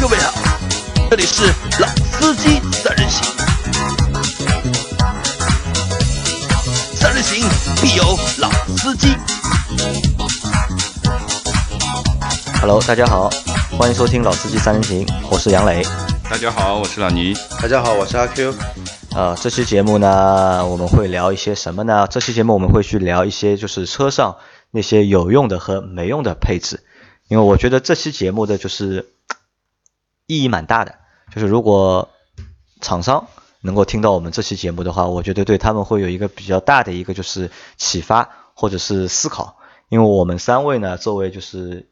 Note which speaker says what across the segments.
Speaker 1: 各位好，这里是老司机三人行，三人行必有老司机。
Speaker 2: Hello，大家好，欢迎收听《老司机三人行》，我是杨磊。
Speaker 3: 大家好，我是老倪。
Speaker 4: 大家好，我是阿 Q。
Speaker 2: 呃，这期节目呢，我们会聊一些什么呢？这期节目我们会去聊一些就是车上那些有用的和没用的配置，因为我觉得这期节目的就是意义蛮大的，就是如果厂商能够听到我们这期节目的话，我觉得对他们会有一个比较大的一个就是启发或者是思考，因为我们三位呢，作为就是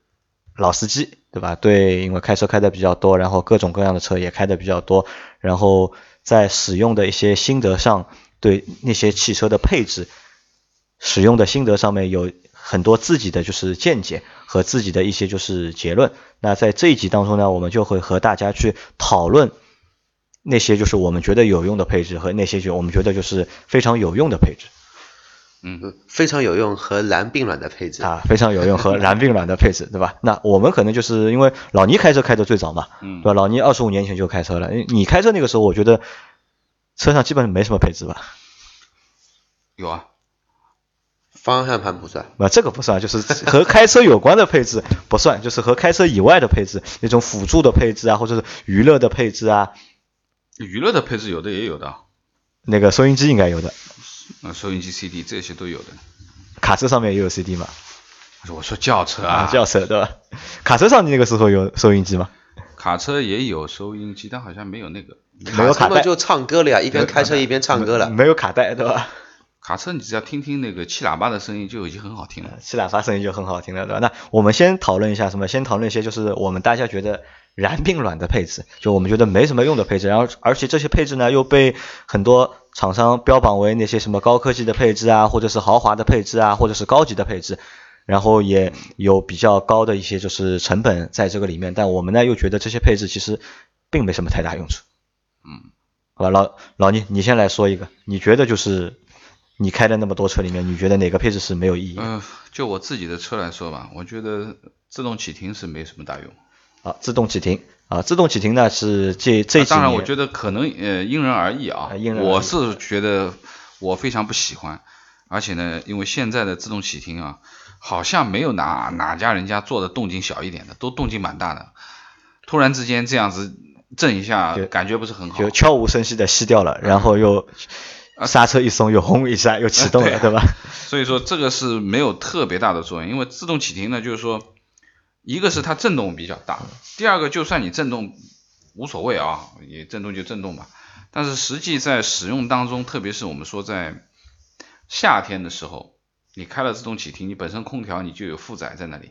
Speaker 2: 老司机，对吧？对，因为开车开的比较多，然后各种各样的车也开的比较多，然后在使用的一些心得上，对那些汽车的配置、使用的心得上面有很多自己的就是见解和自己的一些就是结论。那在这一集当中呢，我们就会和大家去讨论那些就是我们觉得有用的配置和那些就我们觉得就是非常有用的配置。
Speaker 4: 嗯，非常有用和蓝并卵的配置
Speaker 2: 啊，非常有用和燃并卵的配置，对吧？那我们可能就是因为老倪开车开的最早嘛，
Speaker 3: 嗯
Speaker 2: 对吧？老倪二十五年前就开车了，你开车那个时候，我觉得车上基本没什么配置吧？
Speaker 3: 有啊，
Speaker 4: 方向盘不算，
Speaker 2: 那这个不算，就是和开车有关的配置 不算，就是和开车以外的配置，那种辅助的配置啊，或者是娱乐的配置啊，
Speaker 3: 娱乐的配置有的也有的啊，
Speaker 2: 那个收音机应该有的，
Speaker 3: 嗯，收音机、CD 这些都有的。
Speaker 2: 卡车上面也有 CD 嘛，
Speaker 3: 我说轿车啊，
Speaker 2: 轿车对吧？卡车上你那个时候有收音机吗？
Speaker 3: 卡车也有收音机，但好像没有那个
Speaker 2: 没有
Speaker 4: 他
Speaker 2: 卡带
Speaker 4: 们，就唱歌了呀，一边开车一边唱歌了。
Speaker 2: 没有卡带对吧？
Speaker 3: 卡车，你只要听听那个气喇叭的声音就已经很好听了。
Speaker 2: 气喇叭声音就很好听了，对吧？那我们先讨论一下什么？先讨论一些就是我们大家觉得燃并卵的配置，就我们觉得没什么用的配置，然后而且这些配置呢又被很多厂商标榜为那些什么高科技的配置啊，或者是豪华的配置啊，或者是高级的配置，然后也有比较高的一些就是成本在这个里面，但我们呢又觉得这些配置其实并没什么太大用处。
Speaker 3: 嗯，
Speaker 2: 好吧，老老倪，你先来说一个，你觉得就是你开的那么多车里面，你觉得哪个配置是没有意义的？
Speaker 3: 嗯、就我自己的车来说吧，我觉得自动启停是没什么大用。
Speaker 2: 啊，自动启停啊，自动启停呢是这这
Speaker 3: 啊
Speaker 2: 几
Speaker 3: 当然，
Speaker 2: 年
Speaker 3: 我觉得可能呃因人而异啊
Speaker 2: 啊。因人而异
Speaker 3: 我是觉得我非常不喜欢，而且呢，因为现在的自动启停啊，好像没有哪哪家人家做的动静小一点的，都动静蛮大的。突然之间这样子震一下
Speaker 2: 就，
Speaker 3: 感觉不是很好。
Speaker 2: 就悄无声息的熄掉了，然后又刹车一松，又轰一下又启动了，
Speaker 3: 啊
Speaker 2: 对
Speaker 3: 对啊
Speaker 2: 吧？
Speaker 3: 所以说这个是没有特别大的作用，因为自动启停呢，就是说，一个是它震动比较大，第二个就算你震动无所谓啊，也震动就震动吧。但是实际在使用当中，特别是我们说在夏天的时候，你开了自动启停，你本身空调你就有负载在那里，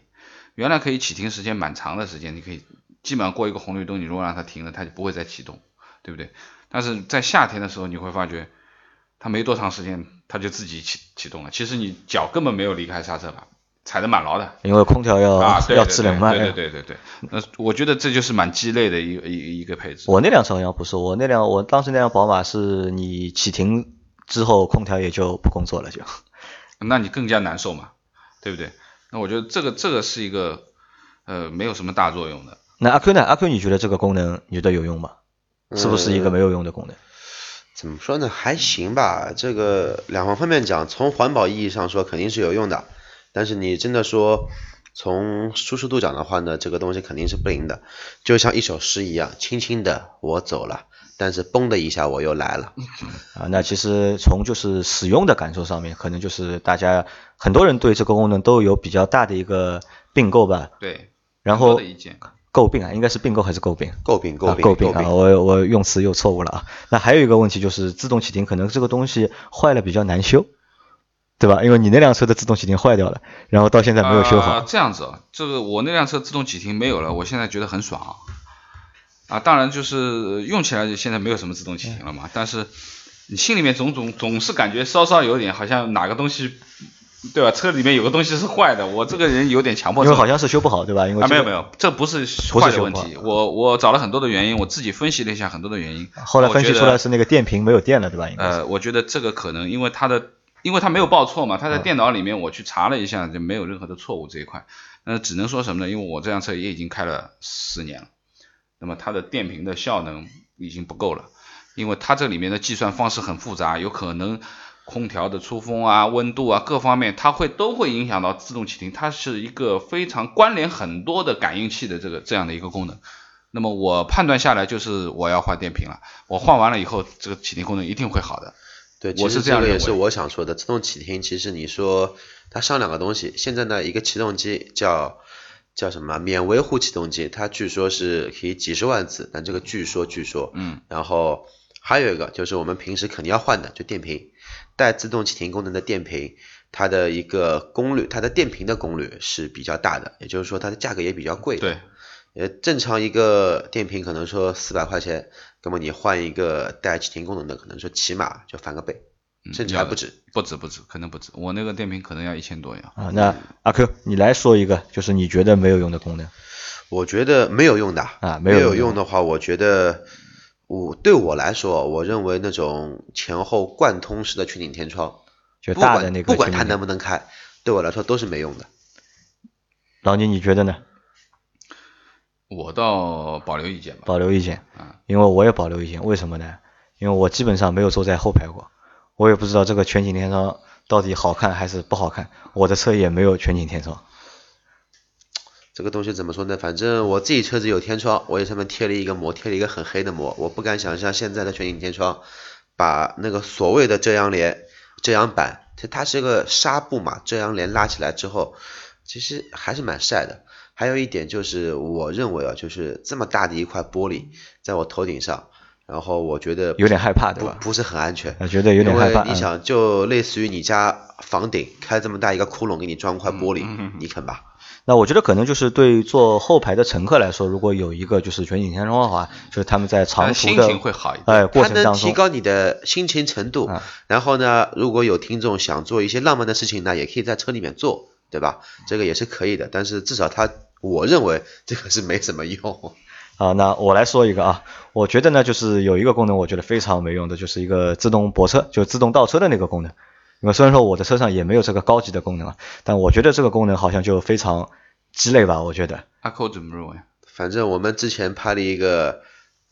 Speaker 3: 原来可以启停时间蛮长的时间，你可以基本上过一个红绿灯，你如果让它停了，它就不会再启动，对不对？但是在夏天的时候，你会发觉它没多长时间，它就自己启启动了。其实你脚根本没有离开刹车盘，踩得蛮牢的。
Speaker 2: 因为空调要、
Speaker 3: 啊，对对
Speaker 2: 哦要
Speaker 3: 对
Speaker 2: 制冷嘛。
Speaker 3: 对
Speaker 2: 哎
Speaker 3: 对对对对。那我觉得这就是蛮鸡肋的一个一个一个配置。
Speaker 2: 我那辆车好像不是，我那辆我当时那辆宝马是你启停之后空调也就不工作了就，
Speaker 3: 那你更加难受嘛，对不对？那我觉得这个这个是一个呃没有什么大作用的。
Speaker 2: 那阿 Q 呢？阿 Q 你觉得这个功能你觉得有用吗？是不是一个没有用的功能？
Speaker 4: 怎么说呢？还行吧。这个两方面讲，从环保意义上说肯定是有用的，但是你真的说从舒适度讲的话呢，这个东西肯定是不灵的。就像一首诗一样，轻轻的我走了，但是嘣的一下我又来了。
Speaker 2: 啊，那其实从就是使用的感受上面，可能就是大家很多人对这个功能都有比较大的一个并购吧，
Speaker 3: 对，
Speaker 2: 然
Speaker 3: 很多
Speaker 2: 后
Speaker 3: 的意见
Speaker 2: 诟病啊，应该是并购还是诟病？
Speaker 4: 诟病，诟
Speaker 2: 啊
Speaker 4: 病，
Speaker 2: 诟
Speaker 4: 诟
Speaker 2: 病啊！我我用词又错误了啊。那还有一个问题就是自动启停，可能这个东西坏了比较难修，对吧？因为你那辆车的自动启停坏掉了，然后到现在没有修好。
Speaker 3: 啊这样子啊，这个我那辆车自动启停没有了，我现在觉得很爽啊。啊，当然就是用起来就现在没有什么自动启停了嘛，但是你心里面总总总是感觉稍稍有点好像哪个东西，对吧？车里面有个东西是坏的，我这个人有点强迫
Speaker 2: 因
Speaker 3: 症
Speaker 2: 为。好像是修不好，对吧？因为、
Speaker 3: 啊，没有没。有，这不是
Speaker 2: 不是
Speaker 3: 坏
Speaker 2: 修
Speaker 3: 的问
Speaker 2: 不
Speaker 3: 题。我我找了很多的原因，我自己分析了一下很多的原因。
Speaker 2: 后来
Speaker 3: 我
Speaker 2: 分析
Speaker 3: 觉
Speaker 2: 出
Speaker 3: 得
Speaker 2: 来是那个电瓶没有电了，对吧？应该是。
Speaker 3: 呃，我觉得这个可能因为它的，因为它没有报错嘛，它在电脑里面我去查了一下，就没有任何的错误这一块。那只能说什么呢？因为我这辆车也已经开了十年了，那么它的电瓶的效能已经不够了，因为它这里面的计算方式很复杂，有可能空调的出风啊、温度啊各方面，它会都会影响到自动启停，它是一个非常关联很多的感应器的这个这样的一个功能。那么我判断下来就是我要换电瓶了，我换完了以后，这个启停功能一定会好的。
Speaker 4: 对，
Speaker 3: 我是
Speaker 4: 其实
Speaker 3: 这样
Speaker 4: 个也
Speaker 3: 认
Speaker 4: 是
Speaker 3: 为
Speaker 4: 我想说的。自动启停其实你说它上两个东西，现在呢一个启动机叫叫什么啊免维护启动机，它据说是可以几十万次，但这个据说据说，
Speaker 3: 嗯，
Speaker 4: 然后还有一个就是我们平时肯定要换的，就电瓶，带自动启停功能的电瓶，它的一个功率，它的电瓶的功率是比较大的，也就是说它的价格也比较贵。
Speaker 3: 对，
Speaker 4: 呃，正常一个电瓶可能说四百块钱，那么你换一个带启停功能的，可能说起码就翻个倍，
Speaker 3: 嗯
Speaker 4: 甚至
Speaker 3: 要
Speaker 4: 还
Speaker 3: 的
Speaker 4: 不止。
Speaker 3: 不止不止，可能不止，我那个电瓶可能要一千多呀。
Speaker 2: 啊，那阿 Q，你来说一个，就是你觉得没有用的功能。
Speaker 4: 我觉得没有用的
Speaker 2: 啊没有
Speaker 4: 没
Speaker 2: 用
Speaker 4: 有
Speaker 2: 的
Speaker 4: 用的话，我觉得我对我来说，我认为那种前后贯通式的全景天窗，
Speaker 2: 就
Speaker 4: 不
Speaker 2: 大的
Speaker 4: 管
Speaker 2: 那个
Speaker 4: 不管它
Speaker 2: 前面
Speaker 4: 能不能开，对我来说都是没用的。
Speaker 2: 老倪，你觉得呢？
Speaker 3: 我倒保留意见吧。
Speaker 2: 保留意见
Speaker 3: 啊，
Speaker 2: 因为我也保留意见。为什么呢？因为我基本上没有坐在后排过，我也不知道这个全景天窗到底好看还是不好看。我的车也没有全景天窗。
Speaker 4: 这个东西怎么说呢？反正我自己车子有天窗，我也上面贴了一个膜，贴了一个很黑的膜。我不敢想象现在的全景天窗，把那个所谓的遮阳帘、遮阳板，它它是个纱布嘛，遮阳帘拉起来之后，其实还是蛮晒的。还有一点就是，我认为啊，就是这么大的一块玻璃在我头顶上，然后我觉得
Speaker 2: 有点害怕对
Speaker 4: 不
Speaker 2: 吧
Speaker 4: 不是很安全。
Speaker 2: 呃我觉得有点害怕。
Speaker 4: 因为你
Speaker 2: 嗯
Speaker 4: 想，就类似于你家房顶开这么大一个窟窿，给你装块玻璃，
Speaker 2: 嗯
Speaker 4: 你肯吧？
Speaker 2: 那我觉得可能就是对坐后排的乘客来说，如果有一个就是全景天窗的话，就是他们在长途
Speaker 3: 他的呃心
Speaker 2: 的
Speaker 3: 情会好一点。
Speaker 2: 哎过
Speaker 4: 它
Speaker 2: 程
Speaker 4: 能
Speaker 2: 当
Speaker 4: 提
Speaker 2: 中，
Speaker 4: 高你的心情程度。
Speaker 2: 啊
Speaker 4: 然后呢，如果有听众想做一些浪漫的事情呢，也可以在车里面做，对吧？这个也是可以的，但是至少它，我认为这个是没什么用。
Speaker 2: 啊，那我来说一个啊，我觉得呢，就是有一个功能，我觉得非常没用的，就是一个自动泊车，就自动倒车的那个功能。因为虽然说我的车上也没有这个高级的功能啊，但我觉得这个功能好像就非常鸡肋吧，我觉得。
Speaker 3: 阿扣怎么认为？
Speaker 4: 反正我们之前拍了一个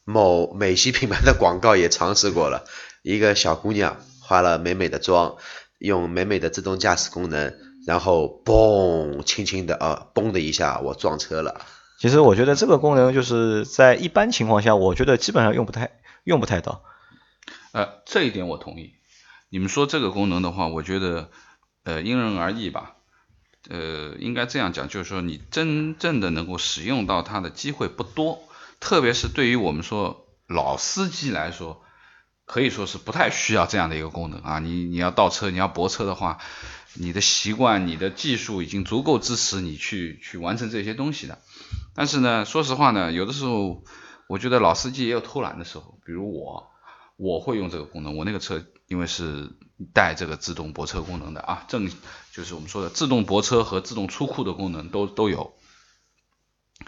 Speaker 4: 某美系品牌的广告，也尝试过了，一个小姑娘化了美美的妆，用美美的自动驾驶功能，然后嘣，轻轻的啊，嘣的一下，我撞车了。
Speaker 2: 其实我觉得这个功能就是在一般情况下，我觉得基本上用不太用不太到。
Speaker 3: 呃，这一点我同意。你们说这个功能的话，我觉得呃因人而异吧。呃，应该这样讲，就是说你真正的能够使用到它的机会不多，特别是对于我们说老司机来说，可以说是不太需要这样的一个功能啊。你你要倒车，你要泊车的话，你的习惯、你的技术已经足够支持你去去完成这些东西的。但是呢，说实话呢，有的时候我觉得老司机也有偷懒的时候，比如我，我会用这个功能。我那个车因为是带这个自动泊车功能的啊，正就是我们说的自动泊车和自动出库的功能都都有。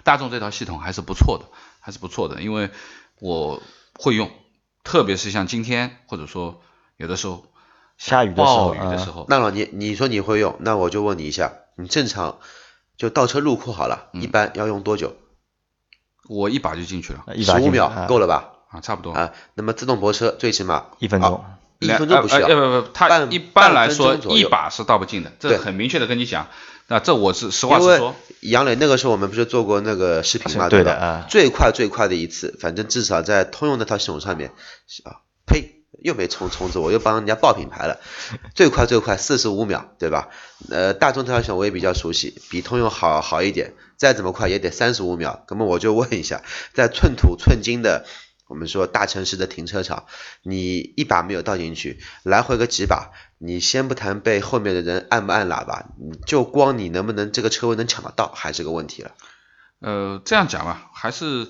Speaker 3: 大众这套系统还是不错的，还是不错的，因为我会用，特别是像今天或者说有的时候
Speaker 2: 下雨的时候，啊
Speaker 3: 暴雨的时候，
Speaker 4: 那老倪，你说你会用，那我就问你一下，你正常就倒车入库好了，
Speaker 2: 嗯
Speaker 4: 一般要用多久？
Speaker 3: 我一把就进去了
Speaker 2: 嗯一把
Speaker 4: 十
Speaker 2: 进去
Speaker 4: 五秒
Speaker 2: 啊
Speaker 4: 够了吧？
Speaker 3: 啊，差不多。
Speaker 4: 啊，那么自动泊车最起码
Speaker 2: 一分钟
Speaker 4: 啊，一分钟不需
Speaker 3: 呃
Speaker 4: 要。
Speaker 3: 呃不不，他
Speaker 4: 半
Speaker 3: 一般来说
Speaker 4: 半分钟左
Speaker 3: 一
Speaker 4: 右
Speaker 3: 把是倒不进的，这
Speaker 4: 对
Speaker 3: 很明确的跟你讲。那这我是实话
Speaker 4: 因
Speaker 3: 实
Speaker 4: 为
Speaker 3: 说，
Speaker 4: 杨磊那个时候我们不是做过那个视频嘛，
Speaker 2: 对的
Speaker 4: 吧
Speaker 2: 啊？
Speaker 4: 最快最快的一次，反正至少在通用那套系统上面，是啊，呸，又没充充值，我又帮人家报品 牌了。最快最快四十五秒，对吧？呃，大众这套系统我也比较熟悉，比通用好好一点，再怎么快也得三十五秒。那么我就问一下，在寸土寸金的我们说大城市的停车场，你一把没有倒进去，来回个几把，你先不谈被后面的人按不按喇叭，你就光你能不能这个车位能抢得到，还是个问题了。
Speaker 3: 呃，这样讲吧，还是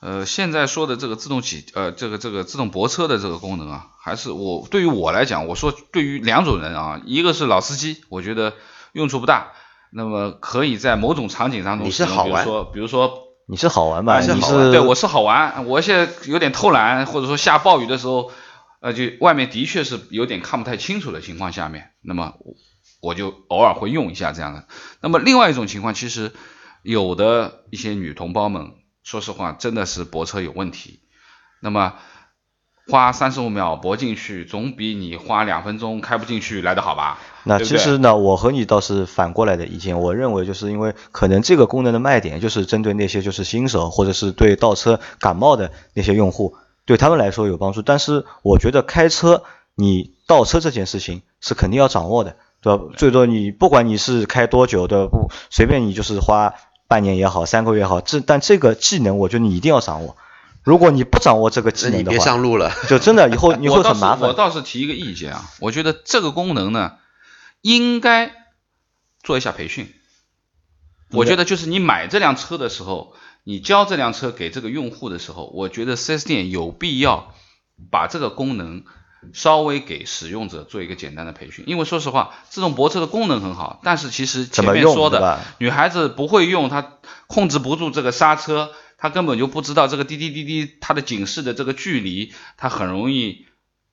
Speaker 3: 呃现在说的这个自动启呃这个这个自动泊车的这个功能啊，还是我对于我来讲，我说对于两种人啊，一个是老司机，我觉得用处不大，那么可以在某种场景当中
Speaker 4: 你
Speaker 3: 使
Speaker 4: 是
Speaker 3: 用
Speaker 4: 好
Speaker 3: 比如
Speaker 4: 玩
Speaker 3: 说比如说
Speaker 2: 你是好玩吧？
Speaker 3: 啊，
Speaker 2: 你
Speaker 3: 好玩，对我是好玩。我现在有点偷懒，或者说下暴雨的时候，呃，就外面的确是有点看不太清楚的情况下面，那么我我就偶尔会用一下这样的。那么另外一种情况，其实有的一些女同胞们，说实话真的是泊车有问题。那么花三十五秒泊进去，总比你花两分钟开不进去来的好吧？
Speaker 2: 那
Speaker 3: 对
Speaker 2: 其
Speaker 3: 不对
Speaker 2: 实呢，我和你倒是反过来的意见。我认为，就是因为可能这个功能的卖点就是针对那些就是新手或者是对倒车感冒的那些用户，对他们来说有帮助。但是我觉得开车你倒车这件事情是肯定要掌握的，对吧？最多你不管你是开多久的，不随便你就是花半年也好，三个月也好，这但这个技能我觉得你一定要掌握。如果你不掌握这个技
Speaker 4: 那你
Speaker 2: 能的
Speaker 4: 别
Speaker 2: 话，
Speaker 4: 上路了。
Speaker 2: 就真的以后你
Speaker 3: 我
Speaker 2: 会
Speaker 3: 倒
Speaker 2: 很
Speaker 3: 是
Speaker 2: 麻
Speaker 3: 我
Speaker 2: 烦。
Speaker 3: 倒是提一个意见啊，我觉得这个功能呢，应该做一下培训。我觉得就是你买这辆车的时候，你交这辆车给这个用户的时候，我觉得 4S 店有必要把这个功能稍微给使用者做一个简单的培训。因为说实话，自动泊车的功能很好，但是其实前
Speaker 2: 怎么
Speaker 3: 面
Speaker 2: 用
Speaker 3: 说
Speaker 2: 对
Speaker 3: 的
Speaker 2: 吧，
Speaker 3: 女孩子不会用，她控制不住这个刹车，她根本就不知道这个滴滴滴滴它的警示的这个距离，她很容易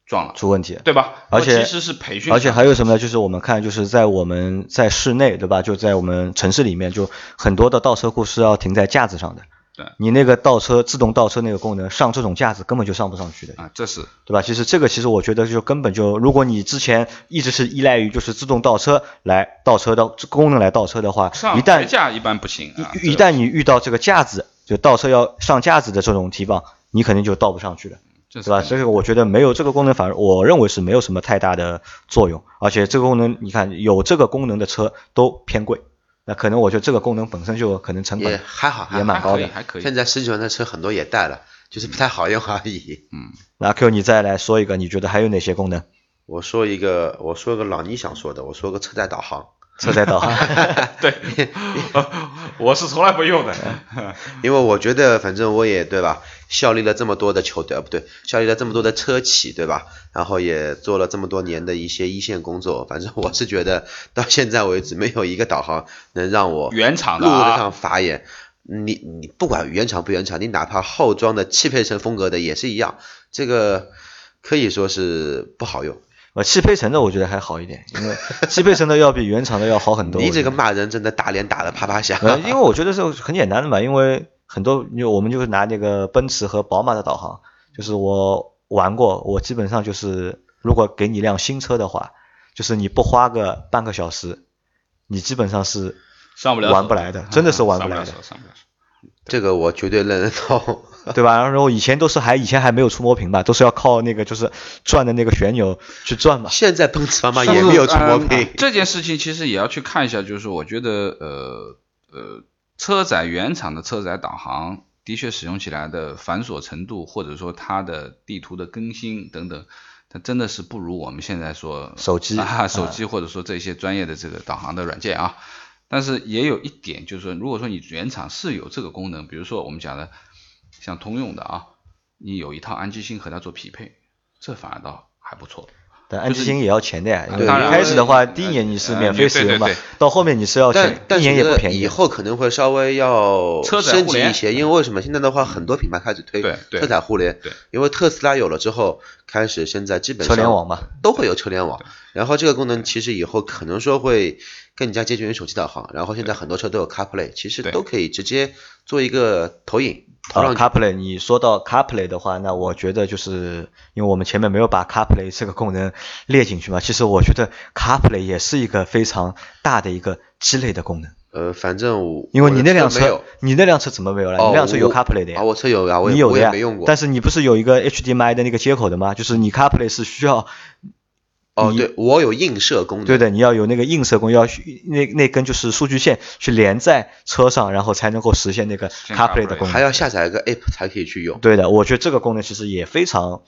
Speaker 3: 撞了。
Speaker 2: 出问题。
Speaker 3: 对吧？
Speaker 2: 而
Speaker 3: 我
Speaker 2: 且
Speaker 3: 其实是培训，
Speaker 2: 而且还有什么呢？就是我们看，就是在我们在室内，对吧？就在我们城市里面，就很多的倒车库是要停在架子上的。
Speaker 3: 对
Speaker 2: 你那个倒车自动倒车那个功能，上这种架子根本就上不上去的，
Speaker 3: 啊，这是
Speaker 2: 对吧？其实这个其实我觉得就根本就，如果你之前一直是依赖于就是自动倒车来倒车的功能来倒车的话，
Speaker 3: 上
Speaker 2: 一旦
Speaker 3: 学架一般不行啊，
Speaker 2: 一一
Speaker 3: 这
Speaker 2: 旦你遇到这个架子，就倒车要上架子的这种提防，你肯定就倒不上去了。
Speaker 3: 这是
Speaker 2: 对吧？
Speaker 3: 肯定
Speaker 2: 这个我觉得没有这个功能，反而我认为是没有什么太大的作用。而且这个功能，你看有这个功能的车都偏贵，那可能我觉得这个功能本身就可能成
Speaker 4: 也
Speaker 2: 本
Speaker 4: 还好，还
Speaker 2: 也
Speaker 4: 好
Speaker 2: 蛮
Speaker 3: 还
Speaker 2: 高
Speaker 3: 可以，
Speaker 2: 的。
Speaker 3: 还可以。
Speaker 4: 现在十九万的车很多也带了，就是不太好用而已。
Speaker 2: 嗯那 Q 你再来说一个，你觉得还有哪些功能？
Speaker 4: 我说一个，我说个老倪想说的，我说个车载 导航，
Speaker 2: 车载 导航，
Speaker 3: 对， 我是从来 不用的。
Speaker 4: 因为我觉得反正我也对吧，效力了这么多的球队，呃不对，效力了这么多的车企对吧，然后也做了这么多年的一些一线工作，反正我是觉得到现在为止没有一个导航能让我
Speaker 3: 原厂的
Speaker 4: 路得
Speaker 3: 啊，
Speaker 4: 上法眼。你你不管原厂不原厂，你哪怕后装的汽配城风格的也是一样，这个可以说是不好用。
Speaker 2: 呃，汽配城的我觉得还好一点，因为汽配城的要比原厂的要好很多。
Speaker 4: 你这个
Speaker 2: 我觉
Speaker 4: 骂人真的打脸打得啪啪 响。
Speaker 2: 得，呃，因为我觉得是很简单的嘛，因为很多因为我们就是拿那个奔驰和宝马的导航，就是我玩过，我基本上就是如果给你一辆新车的话，就是你不花个半个小时，你基本上是
Speaker 3: 上不了手，
Speaker 2: 玩不来的真的是玩
Speaker 3: 上
Speaker 2: 不
Speaker 3: 不
Speaker 2: 来的
Speaker 3: 手上不了手。
Speaker 4: 这个我绝对认得到。
Speaker 2: 对吧？然后以前都是还以前还没有触摸屏吧，都是要靠那个就是转的那个旋钮去转嘛。
Speaker 4: 现在奔驰宝马
Speaker 3: 上
Speaker 4: 也
Speaker 3: 次
Speaker 4: 没有触摸
Speaker 3: 嗯
Speaker 4: 屏，
Speaker 3: 这件事情其实也要去看一下，就是我觉得呃呃，车载原厂的车载导航的确使用起来的繁琐程度，或者说它的地图的更新等等，它真的是不如我们现在说
Speaker 2: 手机
Speaker 3: 啊、
Speaker 2: 嗯
Speaker 3: 手机或者说这些专业的这个导航的软件啊。但是也有一点就是说，如果说你原厂是有这个功能，比如说我们讲的像通用的啊，你有一套安基星和它做匹配，这反而倒还不错。
Speaker 2: 但安吉星也要钱的呀，因为
Speaker 4: 嗯当
Speaker 2: 一
Speaker 4: 然嗯
Speaker 2: 开始的话，
Speaker 3: 呃
Speaker 2: 第一年你是
Speaker 3: 呃
Speaker 2: 免费使用嘛
Speaker 3: 对对对，
Speaker 2: 到后面你是要
Speaker 4: 但
Speaker 2: 钱，
Speaker 4: 但
Speaker 2: 一年
Speaker 4: 是
Speaker 2: 也
Speaker 4: 觉
Speaker 2: 不
Speaker 4: 得
Speaker 2: 便宜。
Speaker 4: 以后可能会稍微要
Speaker 3: 车载
Speaker 4: 升
Speaker 3: 互
Speaker 4: 级
Speaker 3: 联
Speaker 4: 一些，因为为什么现在的话很多品牌开始推
Speaker 3: 对对
Speaker 4: 车载互联
Speaker 3: 对，
Speaker 4: 因为特斯拉有了之后，开始现在基本
Speaker 2: 车
Speaker 4: 上
Speaker 2: 联网嘛，
Speaker 4: 都会有车联网，然后这个功能其实以后可能说会更加接近于手机导航，然后现在很多车都有 CarPlay，其实
Speaker 3: 对
Speaker 4: 都可以直接做一个投影投
Speaker 2: 啊
Speaker 4: 上去。
Speaker 2: CarPlay，你说到 CarPlay 的话，那我觉得就是因为我们前面没有把 CarPlay 这个功能列进去嘛，其实我觉得 CarPlay 也是一个非常大的一个鸡肋的功能，
Speaker 4: 呃，反正我
Speaker 2: 因为
Speaker 4: 我
Speaker 2: 你
Speaker 4: 的
Speaker 2: 那辆
Speaker 4: 没有
Speaker 2: 车，，你那辆车怎么没有了？你
Speaker 4: 哦
Speaker 2: 那辆车有
Speaker 4: 我
Speaker 2: CarPlay 的呀
Speaker 4: 啊，？我车有啊，我
Speaker 2: 你
Speaker 4: 也
Speaker 2: 有
Speaker 4: 我
Speaker 2: 的
Speaker 4: 也
Speaker 2: 呀
Speaker 4: 没用过，，
Speaker 2: 但是你不是有一个 HDMI 的那个接口的吗？就是你 CarPlay 是需要
Speaker 4: 哦，
Speaker 2: 你
Speaker 4: 对我有映射功能，
Speaker 2: 对的，你要有那个映射功，要去那那根就是数据线去连在车上，然后才能够实现那个
Speaker 3: 实现
Speaker 2: CarPlay 的
Speaker 3: CarPlay
Speaker 2: 功
Speaker 4: 还
Speaker 2: 能。
Speaker 4: 要下载一个 app 才可以去用。
Speaker 2: 对的，我觉得这个功能其实也非常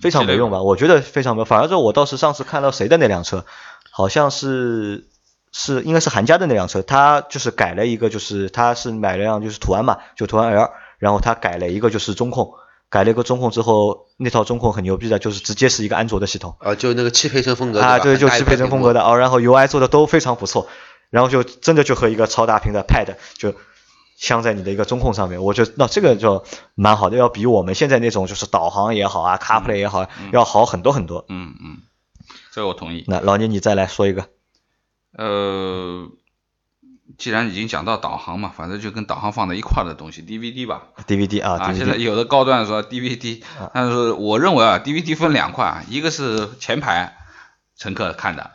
Speaker 2: 非常
Speaker 3: 这个
Speaker 2: 没用吧，我觉得非常没用。反而说，我倒是上次看到谁的那辆车，好像是是应该是韩家的那辆车，他就是改了一个，就是他是买了辆就是途安嘛，就途安 L，然后他改了一个就是中控，改了一个中控之后，那套中控很牛逼的，就是直接是一个安卓的系统。
Speaker 4: 啊，就那个汽配城风格
Speaker 2: 啊，
Speaker 4: 对
Speaker 2: 对，
Speaker 4: 吧
Speaker 2: 就
Speaker 4: 很大一
Speaker 2: 是
Speaker 4: 块
Speaker 2: 配成
Speaker 4: 屏
Speaker 2: 风
Speaker 4: 幕
Speaker 2: 格的啊、然后 UI 做的都非常不错，然后就真的就和一个超大屏的 Pad 就镶在你的一个中控上面，我觉得那这个就蛮好的，要比我们现在那种就是导航也好啊，CarPlay 也好啊，要好很多很多。
Speaker 3: 嗯嗯，这个我同意。
Speaker 2: 那老聂，你再来说一个，
Speaker 3: 呃，既然已经讲到导航嘛，反正就跟导航放在一块儿的东西，DVD 吧，
Speaker 2: DVD 啊
Speaker 3: 啊，现在
Speaker 2: ，DVD
Speaker 3: 有的高端说 DVD，但是我认为啊，DVD 分两块啊，一个是前排乘客看的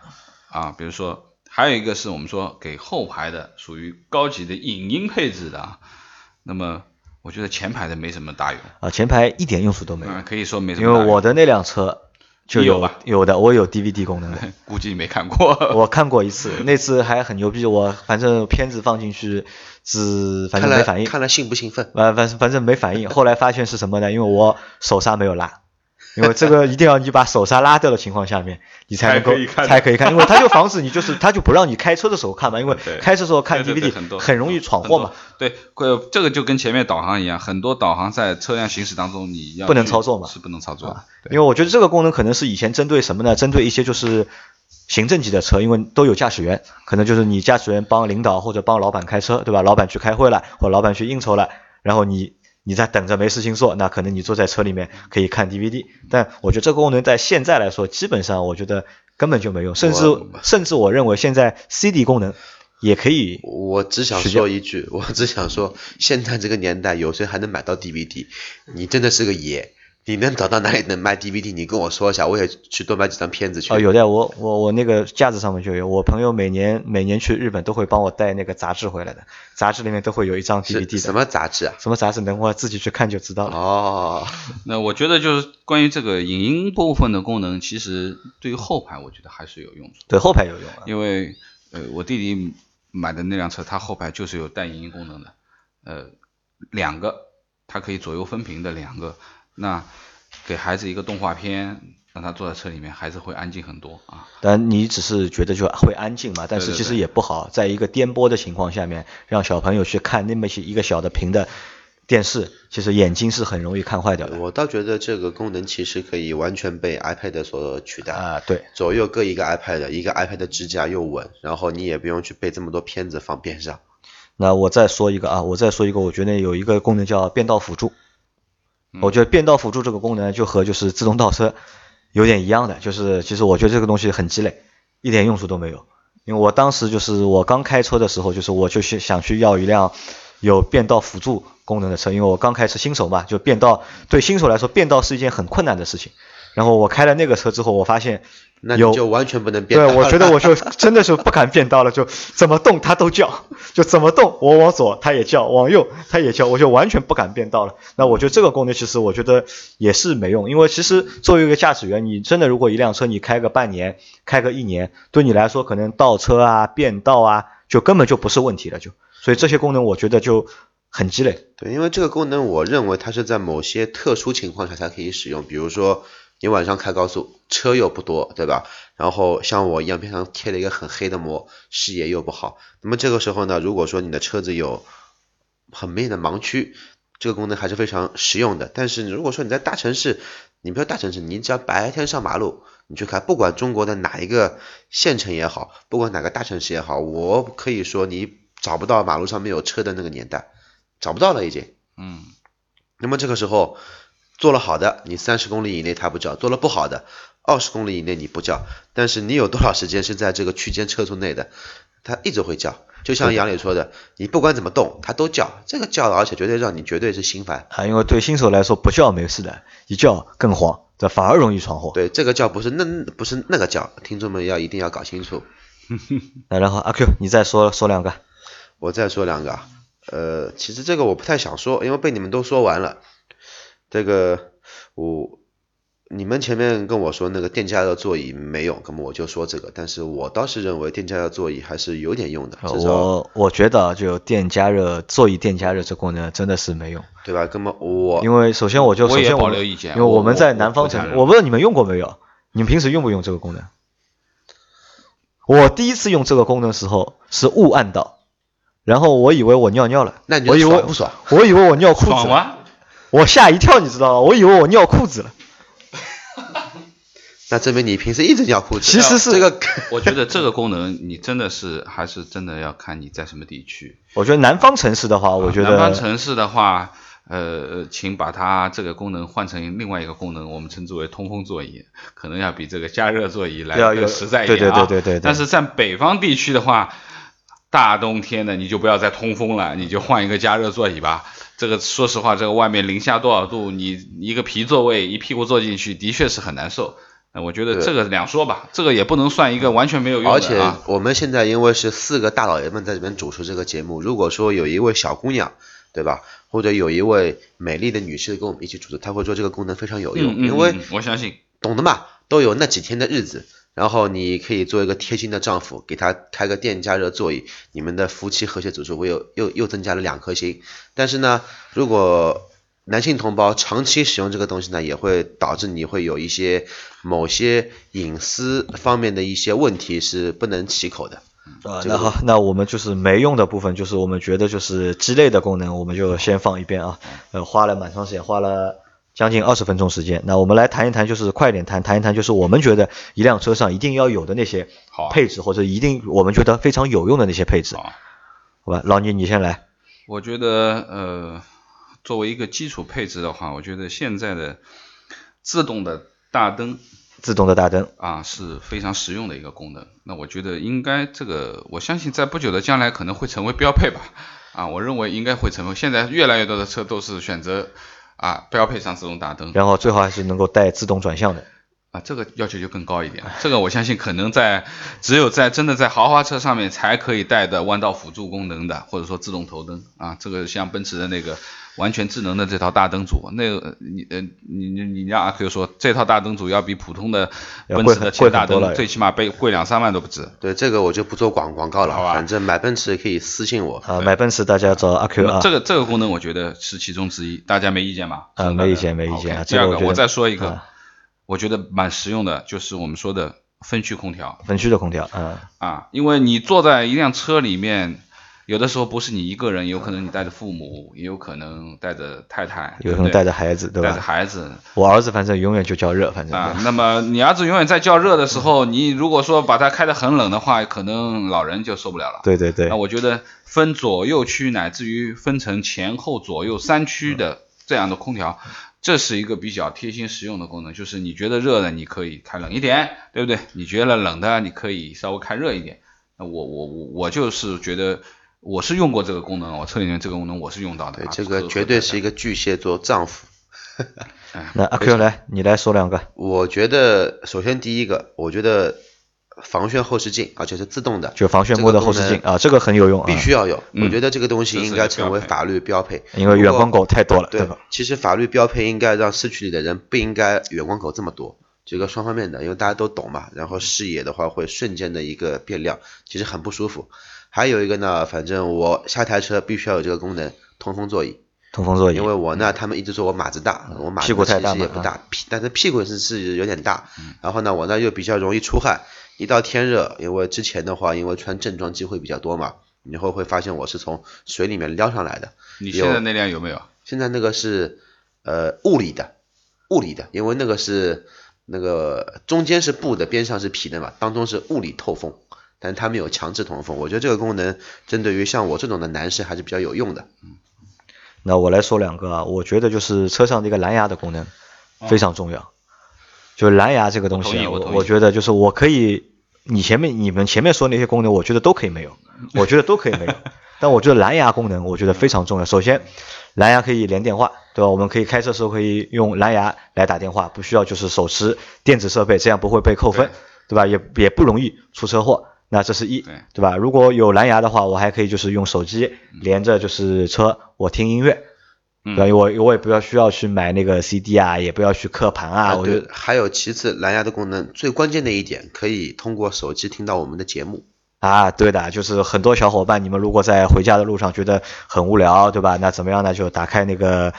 Speaker 3: 啊，比如说，还有一个是我们说给后排的，属于高级的影音配置的啊。那么我觉得前排的没什么大用，
Speaker 2: 啊，前排一点用处都没有，
Speaker 3: 嗯，可以说没什
Speaker 2: 因
Speaker 3: 么大用。
Speaker 2: 为我的那辆车就
Speaker 3: 你有
Speaker 2: 有
Speaker 3: 吧
Speaker 2: 有的，我有 DVD 功能的。
Speaker 3: 估计没看过，
Speaker 2: 我看过一次，那次还很牛逼。我反正片子放进去，只反正
Speaker 4: 看
Speaker 2: 没
Speaker 4: 了
Speaker 2: 反应，
Speaker 4: 看了兴不兴奋？
Speaker 2: 反反反正没反应。后来发现是什么呢？因为我手刹没有拉，因为这个一定要你把手刹拉掉的情况下面，你才能够
Speaker 3: 才可以看
Speaker 2: 才可以看，因为它就防止你就是它就不让你开车的时候看嘛，因为
Speaker 3: 对
Speaker 2: 开车时候看
Speaker 3: 对对对
Speaker 2: DVD
Speaker 3: 很多
Speaker 2: 很容易闯祸嘛，
Speaker 3: 很多。对，这个就跟前面导航一样，很多导航在车辆行驶当中你要
Speaker 2: 不能
Speaker 3: 去
Speaker 2: 操作嘛啊
Speaker 3: 是不能操作的。对
Speaker 2: 因为我觉得这个功能可能是以前针对什么呢？针对一些就是行政级的车，因为都有驾驶员，可能就是你驾驶员帮领导或者帮老板开车，对吧？老板去开会了，或者老板去应酬了，然后你你在等着没事情做，那可能你坐在车里面可以看 DVD。但我觉得这个功能在现在来说，基本上我觉得根本就没用，甚至甚至我认为现在 CD 功能也可以
Speaker 4: 我只想
Speaker 2: 是这样
Speaker 4: 说一句，我只想说，现在这个年代，有谁还能买到 DVD？你真的是个爷！你能找到哪里能卖 DVD？你跟我说一下，我也去多买几张片子去。
Speaker 2: 哦，有的，我我我那个架子上面就有，我朋友每年每年去日本都会帮我带那个杂志回来的，杂志里面都会有一张
Speaker 4: 是
Speaker 2: DVD 的。
Speaker 4: 什么杂志啊？
Speaker 2: 什么杂志，等会儿自己去看就知道了。
Speaker 4: 哦，
Speaker 3: 那我觉得就是关于这个影音部分的功能，其实对于后排我觉得还是有用处，
Speaker 2: 对，后排有用啊。
Speaker 3: 因为呃我弟弟买的那辆车，它后排就是有带影音功能的，呃两个，它可以左右分屏的两个，那给孩子一个动画片，让他坐在车里面，孩子会安静很多啊。
Speaker 2: 但你只是觉得就会安静嘛，但是
Speaker 3: 对对
Speaker 2: 其实
Speaker 3: 对
Speaker 2: 也不好，在一个颠簸的情况下面，让小朋友去看那么些一个小的屏的电视，其实眼睛是很容易看坏掉的。
Speaker 4: 我倒觉得这个功能其实可以完全被 iPad 所取代。
Speaker 2: 啊，对，
Speaker 4: 左右各一个 iPad，一个 iPad 支架又稳，然后你也不用去备这么多片子放边上。
Speaker 2: 那我再说一个啊，我再说一个，我觉得有一个功能叫变道辅助。我觉得变道辅助这个功能就和就是自动倒车有点一样的，就是其实我觉得这个东西很鸡肋，一点用处都没有。因为我当时就是我刚开车的时候，就是我就是想去要一辆有变道辅助功能的车，因为我刚开车新手嘛，就变道对新手来说变道是一件很困难的事情。然后我开了那个车之后，我发现
Speaker 4: 那
Speaker 2: 有
Speaker 4: 你就完全不能变道
Speaker 2: 对，
Speaker 4: 了。
Speaker 2: 我觉得我就真的是不敢变道了，就怎么动它都叫，就怎么动我往左它也叫，往右它也叫，我就完全不敢变道了。那我觉得这个功能其实我觉得也是没用，因为其实作为一个驾驶员，你真的如果一辆车你开个半年、开个一年，对你来说可能倒车啊、变道啊，就根本就不是问题了，就所以这些功能我觉得就很鸡肋。
Speaker 4: 对，因为这个功能，我认为它是在某些特殊情况下才可以使用，比如说你晚上开高速，车又不多，对吧？然后像我一样，边上贴了一个很黑的膜，视野又不好。那么这个时候呢，如果说你的车子有很明显的盲区，这个功能还是非常实用的。但是如果说你在大城市，你不要大城市，你只要白天上马路，你去开，不管中国的哪一个县城也好，不管哪个大城市也好，我可以说你找不到马路上没有车的那个年代。找不到了已经。
Speaker 3: 嗯，
Speaker 4: 那么这个时候，做了好的，你三十公里以内它不叫；做了不好的，二十公里以内你不叫。但是你有多少时间是在这个区间车速内的？它一直会叫。就像杨磊说的，你不管怎么动，它都叫。这个叫，而且绝对让你绝对是心烦。
Speaker 2: 啊，因为对新手来说不叫没事的，一叫更慌，这反而容易闯祸。
Speaker 4: 对，这个叫不是那不是那个叫，听众们要一定要搞清楚。
Speaker 2: 那然后阿 Q 你再说说两个。
Speaker 4: 我再说两个啊，呃，其实这个我不太想说，因为被你们都说完了。这个我，你们前面跟我说那个店家的座椅没用，那么我就说这个，但是我倒是认为店家的座椅还是有点用的，
Speaker 2: 呃
Speaker 4: 至少
Speaker 2: 我我觉得啊就电加热座椅电加热这功能真的是没用，
Speaker 4: 对吧？那么我
Speaker 2: 因为首先我就
Speaker 3: 我
Speaker 2: 首
Speaker 3: 也
Speaker 2: 先
Speaker 3: 保
Speaker 2: 我
Speaker 3: 留
Speaker 2: 们
Speaker 3: 意见
Speaker 2: 因为我
Speaker 3: 我
Speaker 2: 们在
Speaker 3: 我
Speaker 2: 南
Speaker 3: 不
Speaker 2: 方
Speaker 3: 加
Speaker 2: 城市，
Speaker 3: 热
Speaker 2: 我不知道你们用过没有，你们平时用不用这个功能？我第一次用这个功能的时候是误按到，然后我以为我尿尿了，
Speaker 4: 那你觉
Speaker 2: 我
Speaker 4: 得
Speaker 2: 以为
Speaker 4: 爽不爽？
Speaker 2: 我以为我尿裤
Speaker 3: 爽
Speaker 2: 子了，
Speaker 3: 吗？
Speaker 2: 我吓一跳，你知道吗？我以为我尿裤子了，
Speaker 4: 那证明你平时一直尿裤子，啊
Speaker 2: 其实是
Speaker 4: 这个
Speaker 3: 我觉得这个功能你真的是还是真的要看你在什么地区。
Speaker 2: 我觉得南方城市的话，我觉
Speaker 3: 啊南方
Speaker 2: 得
Speaker 3: 城市的话，呃，请把它这个功能换成另外一个功能，我们称之为通风座椅，可能要比这个加热座椅来
Speaker 2: 要
Speaker 3: 得
Speaker 2: 有
Speaker 3: 实在一
Speaker 2: 对
Speaker 3: 点啊。
Speaker 2: 对对对对对
Speaker 3: 但是在北方地区的话，大冬天的你就不要再通风了，你就换一个加热座椅吧。这个说实话，这个外面零下多少度，你一个皮座位一屁股坐进去，的确是很难受。那我觉得
Speaker 4: 对
Speaker 3: 这个两说吧，这个也不能算一个完全没有用的啊。
Speaker 4: 而且我们现在因为是四个大老爷们在这边主持这个节目，如果说有一位小姑娘，对吧？或者有一位美丽的女士跟我们一起主持，她会说这个功能非常有用，
Speaker 3: 嗯嗯
Speaker 4: 因为
Speaker 3: 嗯我相信，
Speaker 4: 懂的嘛，都有那几天的日子。然后你可以做一个贴心的丈夫，给她开个电加热座椅，你们的夫妻和谐指数会有又又增加了两颗星。但是呢，如果男性同胞长期使用这个东西呢，也会导致你会有一些某些隐私方面的一些问题是不能启口的。
Speaker 2: 啊、
Speaker 4: 这
Speaker 2: 那
Speaker 4: 个
Speaker 2: 好，那我们就是没用的部分，就是我们觉得就是鸡肋的功能，我们就先放一边啊。
Speaker 3: 嗯
Speaker 2: 呃，花了蛮长时间，花了将近二十分钟时间。那我们来谈一谈，就是快点谈，谈一谈就是我们觉得一辆车上一定要有的那些
Speaker 3: 好啊
Speaker 2: 配置，或者一定我们觉得非常有用的那些配置，
Speaker 3: 好啊
Speaker 2: 好吧？老倪，你先来。
Speaker 3: 我觉得呃，作为一个基础配置的话，我觉得现在的自动的大灯
Speaker 2: 自动的大灯，
Speaker 3: 啊是非常实用的一个功能。那我觉得应该这个，我相信在不久的将来可能会成为标配吧。啊，我认为应该会成为。现在越来越多的车都是选择啊标配上自动大灯
Speaker 2: 然后最好还是能够带自动转向的。
Speaker 3: 啊，这个要求就更高一点。这个我相信可能在只有在真的在豪华车上面才可以带的弯道辅助功能的，或者说自动头灯啊，这个像奔驰的那个完全智能的这套大灯组，那个你呃你你你让阿 Q 说，这套大灯组要比普通的
Speaker 2: 要
Speaker 3: 奔
Speaker 2: 贵
Speaker 3: 驰
Speaker 2: 很
Speaker 3: 的
Speaker 2: 贵
Speaker 3: 前大
Speaker 2: 很多了
Speaker 3: 灯最起码被贵两三万都不止。
Speaker 4: 对这个我就不做广广告了，
Speaker 3: 好吧
Speaker 4: 反正买奔驰可以私信我。
Speaker 2: 啊，买奔驰大家找阿 Q 啊
Speaker 3: 这。个这个功能我觉得是其中之一，大家没意见吧？
Speaker 2: 啊没意见没意见
Speaker 3: OK，
Speaker 2: 啊
Speaker 3: 第
Speaker 2: 这个我
Speaker 3: 二个
Speaker 2: 觉得
Speaker 3: 我再说一个
Speaker 2: 啊，
Speaker 3: 我觉得蛮实用的，就是我们说的分区空调。
Speaker 2: 分区的空调，嗯，
Speaker 3: 啊，因为你坐在一辆车里面，有的时候不是你一个人，有可能你带着父母，也有可能带着太太，
Speaker 2: 有
Speaker 3: 对
Speaker 2: 可能
Speaker 3: 不对
Speaker 2: 带着孩子，对
Speaker 3: 带着
Speaker 2: 吧？
Speaker 3: 孩子
Speaker 2: 我儿子反正永远就叫热，反正
Speaker 3: 啊。那么你儿子永远在叫热的时候，你如果说把它开得很冷的话，可能老人就受不了了。
Speaker 2: 对对对
Speaker 3: 那，我觉得分左右区，乃至于分成前后左右三区的这样的空调，这是一个比较贴心实用的功能。就是你觉得热的，你可以开冷一点，对不对？你觉得冷的，你可以稍微开热一点。那我我我我就是觉得我是用过这个功能，我车里面这个功能我是用到的
Speaker 4: 对
Speaker 3: 啊。，
Speaker 4: 这个绝对是一个巨蟹座丈夫。
Speaker 2: 那阿 Q 来，你来说两个，
Speaker 4: 我觉得首先第一个，我觉得防眩后视镜，而且是自动的，
Speaker 2: 就防眩目的后视镜啊，这个很有用啊，
Speaker 4: 必须要有。
Speaker 3: 嗯
Speaker 4: 我觉得这个东西应该成为
Speaker 3: 这是一个标配
Speaker 4: 法律标配，
Speaker 2: 因为远光狗太多了，
Speaker 4: 对
Speaker 2: 吧？？
Speaker 4: 其实法律标配应该让市区里的人不应该远光狗这么多，这个双方面的，因为大家都懂嘛。然后视野的话会瞬间的一个变亮，其实很不舒服。还有一个呢，反正我下台车必须要有这个功能，通风座椅。
Speaker 2: 通风座椅
Speaker 4: 因，为我呢，他们一直说我码子大，我码
Speaker 2: 嗯
Speaker 4: 子
Speaker 2: 屁股太
Speaker 4: 其
Speaker 2: 大
Speaker 4: 实也
Speaker 2: 嘛嗯
Speaker 4: 不
Speaker 2: 啊
Speaker 4: 大，屁但是屁股是是有点大。然后呢，我呢又比较容易出汗，一到天热，因为之前的话，因为穿正装机会比较多嘛，以后会发现我是从水里面撩上来的。
Speaker 3: 你现在那辆有没有？
Speaker 4: 现在那个是呃物理的，物理的，因为那个是那个中间是布的，边上是皮的嘛，当中是物理透风，但是它没有强制通风。我觉得这个功能针对于像我这种的男士还是比较有用的。
Speaker 2: 那我来说两个啊，我觉得就是车上这个蓝牙的功能非常重要，就蓝牙这个东西啊，
Speaker 3: 我同意我
Speaker 2: 我
Speaker 3: 同意
Speaker 2: 我觉得就是我可以，你前面你们前面说那些功能，我觉得都可以没有，我觉得都可以没有，但我觉得蓝牙功能我觉得非常重要。首先，蓝牙可以连电话，对吧？我们可以开车的时候可以用蓝牙来打电话，不需要就是手持电子设备，这样不会被扣分
Speaker 3: 对，
Speaker 2: 对吧？也也不容易出车祸。那这是一，
Speaker 3: 对
Speaker 2: 对吧？如果有蓝牙的话，我还可以就是用手机连着就是车，我听音乐，
Speaker 3: 嗯
Speaker 2: 对吧？我我也不要需要去买那个 CD 啊，也不要去刻盘啊，我觉
Speaker 4: 呃对，
Speaker 2: 得
Speaker 4: 还有其次蓝牙的功能，最关键的一点可以通过手机听到我们的节目。
Speaker 2: 啊，对的，就是很多小伙伴，你们如果在回家的路上觉得很无聊，对吧？那怎么样呢？就打开那个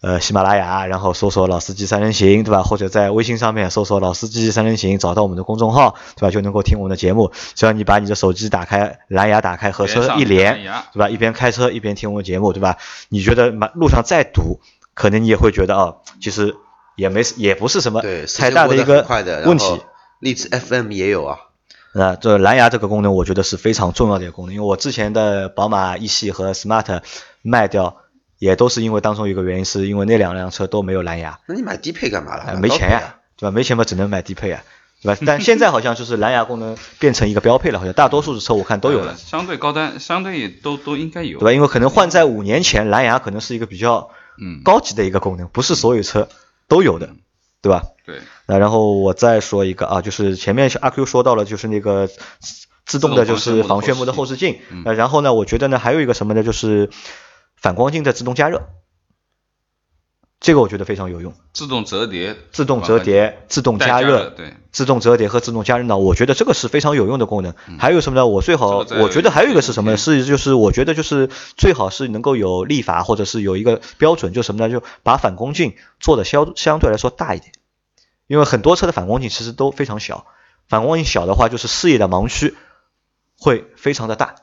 Speaker 2: 呃喜马拉雅，然后搜索“老司机三人行”，对吧？或者在微信上面搜索“老司机三人行”，找到我们的公众号，对吧？就能够听我们的节目。只要你把你的手机打开，蓝牙打开和车一
Speaker 3: 连上蓝
Speaker 2: 连
Speaker 3: 牙，
Speaker 2: 对吧？一边开车一边听我们节目，对吧？你觉得马路上再堵，可能你也会觉得哦，其实也没也不是什么
Speaker 4: 对，
Speaker 2: 呃
Speaker 4: 时
Speaker 2: 太
Speaker 4: 间
Speaker 2: 大
Speaker 4: 过
Speaker 2: 一
Speaker 4: 得
Speaker 2: 个
Speaker 4: 很快的
Speaker 2: 问题。。
Speaker 4: 然后荔枝 FM 也有啊，
Speaker 2: 那呃这蓝牙这个功能，我觉得是非常重要的一个功能，因为我之前的宝马 E 系和 Smart 卖掉，也都是因为当中有一个原因，是因为那两辆车都没有蓝牙，
Speaker 4: 那你买低配干嘛了？
Speaker 2: 呃
Speaker 4: 买
Speaker 2: 没
Speaker 4: 高
Speaker 2: 钱
Speaker 4: 配
Speaker 2: 呀、
Speaker 4: 啊。
Speaker 2: 对吧？没钱嘛，只能买低配啊。对吧？但现在好像就是蓝牙功能变成一个标配了，好像大多数的车我看都有了
Speaker 3: 呃，
Speaker 4: 嗯
Speaker 3: 相对高端，相对都都应该有，
Speaker 2: 对吧？因为可能换在五年前，蓝牙可能是一个比较
Speaker 3: 嗯，
Speaker 2: 高级的一个功能，不是所有车都有
Speaker 4: 嗯
Speaker 2: 的，对吧？
Speaker 3: 对，
Speaker 2: 那然后我再说一个啊，就是前面是阿 Q 说到了，就是那个自自动的就是防眩目的后视镜
Speaker 3: 嗯，
Speaker 2: 呃，然后呢，我觉得呢还有一个什么呢，就是反光镜的自动加热，这个我觉得非常有用，
Speaker 3: 自动折叠，
Speaker 2: 自动折叠、自动
Speaker 3: 带
Speaker 2: 加
Speaker 3: 热，
Speaker 2: 热。
Speaker 3: 对，
Speaker 2: 自动折叠和自动加热呢，我觉得这个是非常有用的功能。还有什么呢？我最好，
Speaker 3: 嗯这个嗯在
Speaker 2: 我觉得还有一个是什么呢？
Speaker 3: 这
Speaker 2: 是就是我觉得就是最好是能够有立法或者是有一个标准，就什么呢？就把反光镜做的相相对来说大一点，因为很多车的反光镜其实都非常小，反光镜小的话就是视野的盲区会非常的大。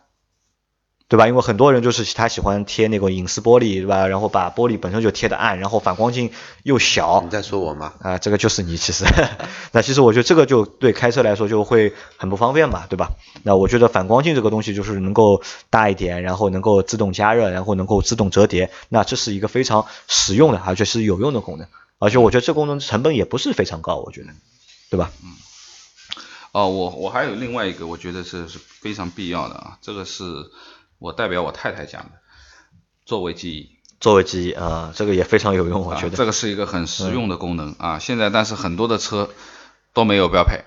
Speaker 2: 对吧？因为很多人就是他喜欢贴那个隐私玻璃，对吧？然后把玻璃本身就贴的暗，然后反光镜又小，
Speaker 4: 你在说我吗？
Speaker 2: 啊，这个就是你其实， 那其实我觉得这个就对开车来说就会很不方便嘛，对吧？那我觉得反光镜这个东西就是能够大一点，然后能够自动加热，然后能够自动折叠，那这是一个非常实用的，而且是有用的功能，而且我觉得这功能成本也不是非常高，我觉得，对吧？
Speaker 3: 哦，我我还有另外一个，我觉得这是非常必要的啊，这个是我代表我太太讲的，座位记忆。
Speaker 2: 座位记忆啊，这个也非常有用，我
Speaker 3: 啊
Speaker 2: 觉得。
Speaker 3: 这个是一个很实用的功能啊。现在但是很多的车都没有标配，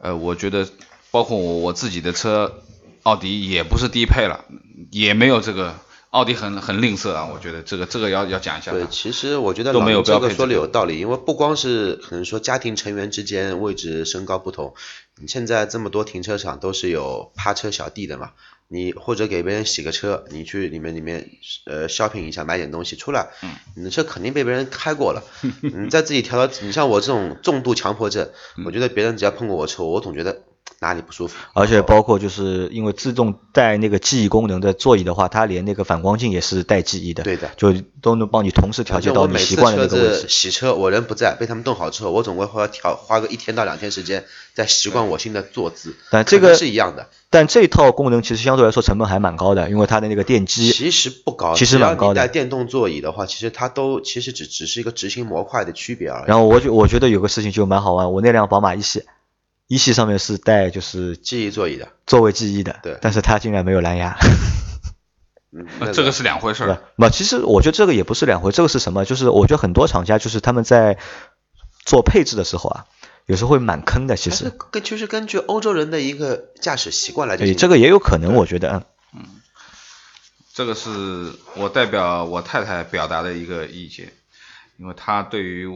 Speaker 3: 呃，我觉得包括我我自己的车，奥迪也不是低配了，也没有这个。奥迪很很吝啬啊，我觉得这个这个要要讲一下它。啊
Speaker 4: 对，其实我觉得
Speaker 3: 都
Speaker 4: 老
Speaker 3: 没有
Speaker 4: 林这
Speaker 3: 标
Speaker 4: 个
Speaker 3: 配
Speaker 4: 说
Speaker 3: 这
Speaker 4: 的
Speaker 3: 个
Speaker 4: 有道理，因为不光是可能说家庭成员之间位置身高不同，你现在这么多停车场都是有趴车小弟的嘛，你或者给别人洗个车，你去里面里面呃 shopping 一下，买点东西出来，
Speaker 3: 嗯
Speaker 4: 你的车肯定被别人开过 了，你再自己调到，你像我这种重度强迫症，
Speaker 3: 嗯
Speaker 4: 我觉得别人只要碰过我车，我总觉得哪里不舒服，
Speaker 2: 而且包括就是因为自动带那个记忆功能的座椅的话，它连那个反光镜也是带记忆的，
Speaker 4: 对的
Speaker 2: 就都能帮你同时调节
Speaker 4: 反正
Speaker 2: 到
Speaker 4: 我
Speaker 2: 你
Speaker 4: 每
Speaker 2: 习
Speaker 4: 次
Speaker 2: 惯的
Speaker 4: 车
Speaker 2: 那个位置
Speaker 4: 子。洗车，我人不在，被他们弄好之后，我总归会要调花个一天到两天时间，再习惯我新的坐姿。
Speaker 2: 但这
Speaker 4: 可能
Speaker 2: 个
Speaker 4: 是一样的，
Speaker 2: 但这套功能其实相对来说成本还蛮高的，因为它的那个电机，
Speaker 4: 其实不高，
Speaker 2: 其实
Speaker 4: 只要
Speaker 2: 蛮高
Speaker 4: 你
Speaker 2: 的
Speaker 4: 带电动座椅的话，其实它都其实只只是一个执行模块的区别而已。
Speaker 2: 然后我觉我觉得有个事情就蛮好玩，我那辆宝马一系，一系上面是带就是
Speaker 4: 记忆座椅的，
Speaker 2: 座位记忆的，
Speaker 4: 对
Speaker 2: 但是它竟然没有蓝 牙，
Speaker 4: 嗯，
Speaker 3: 呃
Speaker 4: 那
Speaker 3: 这个是两回事
Speaker 2: 对
Speaker 3: 儿
Speaker 2: 吧。？那其实我觉得这个也不是两回，这个是什么？就是我觉得很多厂家就是他们在做配置的时候啊，有时候会蛮坑的，其
Speaker 4: 还是
Speaker 2: 实，
Speaker 4: 跟就是根据欧洲人的一个驾驶习惯来进
Speaker 2: 对，
Speaker 4: 行。
Speaker 2: 这个也有可能，我觉得，嗯。
Speaker 3: 这个是我代表我太太表达的一个意见，因为她对于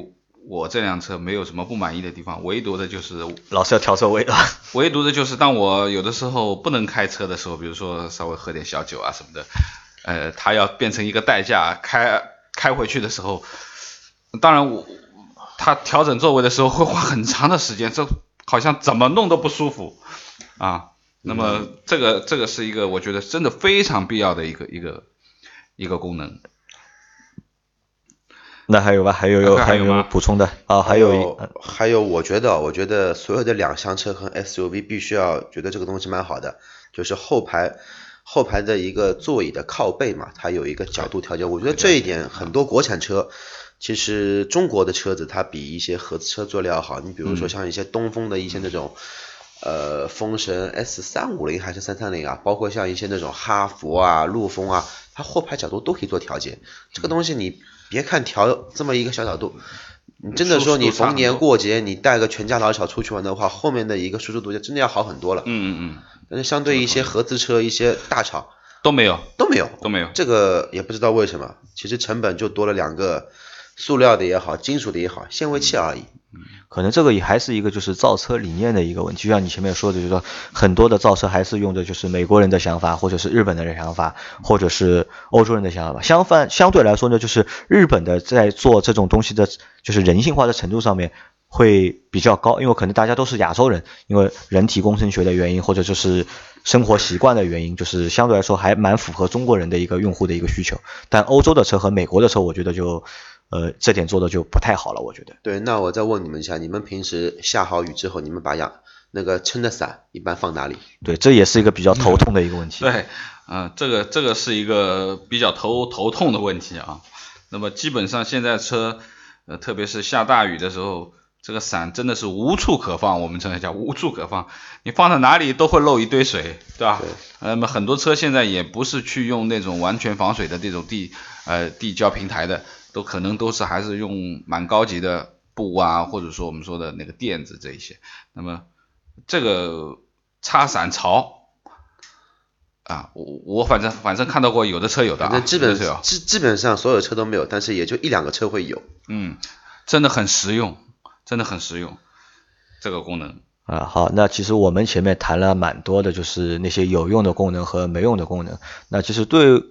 Speaker 3: 我这辆车没有什么不满意的地方，唯独的就是
Speaker 2: 老是要调座位了，
Speaker 3: 唯独的就是当我有的时候不能开车的时候，比如说稍微喝点小酒啊什么的，呃，它要变成一个代驾开开回去的时候，当然我它调整座位的时候会花很长的时间，这好像怎么弄都不舒服啊。那么这个这个是一个我觉得真的非常必要的一个一个一个功能。
Speaker 2: 那还有吧？还有有
Speaker 3: 还
Speaker 2: 还
Speaker 3: 有
Speaker 2: 有没有
Speaker 3: 吗
Speaker 2: 补充的啊？还
Speaker 4: 还
Speaker 2: 有一嗯
Speaker 4: 还有，我觉得，我觉得所有的两厢车和 SUV 必须要觉得这个东西蛮好的，就是后排后排的一个座椅的靠背嘛，它有一个角度
Speaker 2: 啊
Speaker 4: 调节。我觉得这一点很多国产车，其实中国的车子它比一些合资车做的要好。你比
Speaker 2: 嗯
Speaker 4: 如说像一些东风的一些那种。呃，风神 S 三五零还是三三零啊，包括像一些那种哈弗啊、陆风啊，它后排角度都可以做调节。这个东西你别看调这么一个小角度，你真的
Speaker 3: 舒
Speaker 4: 说
Speaker 3: 适
Speaker 4: 你
Speaker 3: 度差
Speaker 4: 逢
Speaker 3: 很
Speaker 4: 年
Speaker 3: 多
Speaker 4: 过节你带个全家老小出去玩的话，后面的一个舒适度就真的要好很多了。
Speaker 3: 嗯嗯嗯，
Speaker 4: 但是相对一些合资车、一些大厂
Speaker 3: 都没有
Speaker 4: 都没有，
Speaker 3: 都没有。
Speaker 4: 这个也不知道为什么，其实成本就多了两个，塑料的也好，金属的也好，纤维器而
Speaker 3: 嗯
Speaker 4: 已。
Speaker 2: 可能这个也还是一个就是造车理念的一个问题，就像你前面说的，就是说很多的造车还是用的就是美国人的想法，或者是日本人的想法，或者是欧洲人的想法。相反，相对来说呢，就是日本的在做这种东西的，就是人性化的程度上面会比较高，因为可能大家都是亚洲人，因为人体工程学的原因，或者就是生活习惯的原因，就是相对来说还蛮符合中国人的一个用户的一个需求。但欧洲的车和美国的车，我觉得就，呃，这点做的就不太好了，我觉得。
Speaker 4: 对，那我再问你们一下，你们平时下好雨之后，你们把阳那个撑的伞一般放哪里？
Speaker 2: 对，这也是一个比较头痛的一个问题。
Speaker 3: 对，啊、这个这个是一个比较头头痛的问题啊。那么基本上现在车，呃，特别是下大雨的时候，这个伞真的是无处可放，我们称它叫无处可放，你放到哪里都会漏一堆水，对吧？
Speaker 4: 对
Speaker 3: 那么呃很多车现在也不是去用那种完全防水的这种地呃地胶平台的，都可能都是还是用蛮高级的布啊，或者说我们说的那个垫子这一些。那么这个擦伞槽啊，我我反正反正看到过有的车有的、啊，
Speaker 4: 反正基
Speaker 3: 有
Speaker 4: 本
Speaker 3: 的车有
Speaker 4: 基基本上所有车都没有，但是也就一两个车会有。
Speaker 3: 嗯，真的很实用，真的很实用，这个功能。
Speaker 2: 啊，好，那其实我们前面谈了蛮多的，就是那些有用的功能和没用的功能。那其实对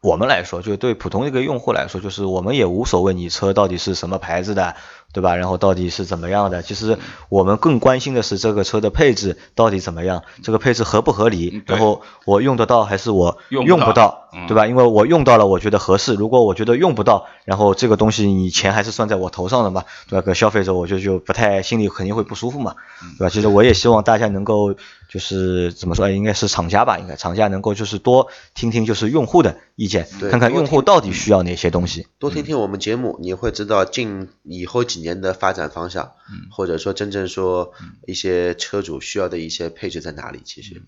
Speaker 2: 我们来说，就对普通一个用户来说，就是我们也无所谓你车到底是什么牌子的，对吧？然后到底是怎么样的？其实我们更关心的是这个车的配置到底怎么样，这个配置合不合理
Speaker 3: 嗯，对
Speaker 2: 然后我用得到还是我
Speaker 3: 用不
Speaker 2: 用不
Speaker 3: 到
Speaker 2: 到
Speaker 3: 嗯，
Speaker 2: 对吧？因为我用到了，我觉得合适。如果我觉得用不到，然后这个东西你钱还是算在我头上的嘛，对吧？给消费者我就就不太心里肯定会不舒服嘛，对吧？其实我也希望大家能够就是怎么说，哎，应该是厂家吧，应该厂家能够就是多听听就是用户的意见，
Speaker 4: 对
Speaker 2: 看看
Speaker 4: 多
Speaker 2: 用户到底需要哪些东西。
Speaker 4: 多听听
Speaker 3: 嗯
Speaker 4: 我们节目，你会知道近以后几年的发展方向，
Speaker 3: 嗯
Speaker 4: 或者说真正说一些车主需要的一些配置在哪里。其实，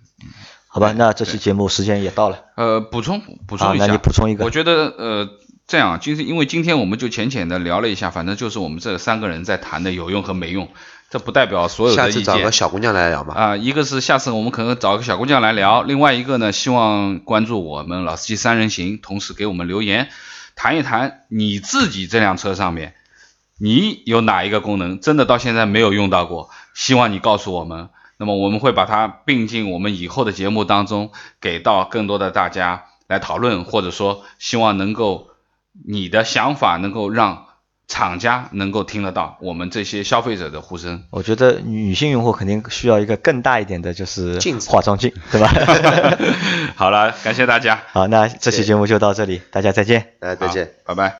Speaker 2: 好吧，那这期节目时间也到了，
Speaker 3: 呃，补充补充一下，
Speaker 2: 啊那你补充一个
Speaker 3: 我觉得呃，这样啊，今天因为今天我们就浅浅的聊了一下，反正就是我们这三个人在谈的有用和没用，这不代表所有
Speaker 4: 下
Speaker 3: 的意
Speaker 4: 次找
Speaker 3: 见
Speaker 4: 个。小姑娘来聊嘛。
Speaker 3: 啊、一个是下次我们可能找个小姑娘来聊，另外一个呢，希望关注我们老司机三人行，同时给我们留言，谈一谈你自己这辆车上面，你有哪一个功能真的到现在没有用到过，希望你告诉我们，那么我们会把它并进我们以后的节目当中，给到更多的大家来讨论，或者说希望能够你的想法能够让厂家能够听得到我们这些消费者的呼声。
Speaker 2: 我觉得女性用户肯定需要一个更大一点的就是
Speaker 4: 镜子
Speaker 2: 化妆镜，对吧？
Speaker 3: 好了，感谢大家，
Speaker 2: 好，那这期节目就到这里，大家再见。
Speaker 4: 哎大家再见。
Speaker 3: 好，拜拜。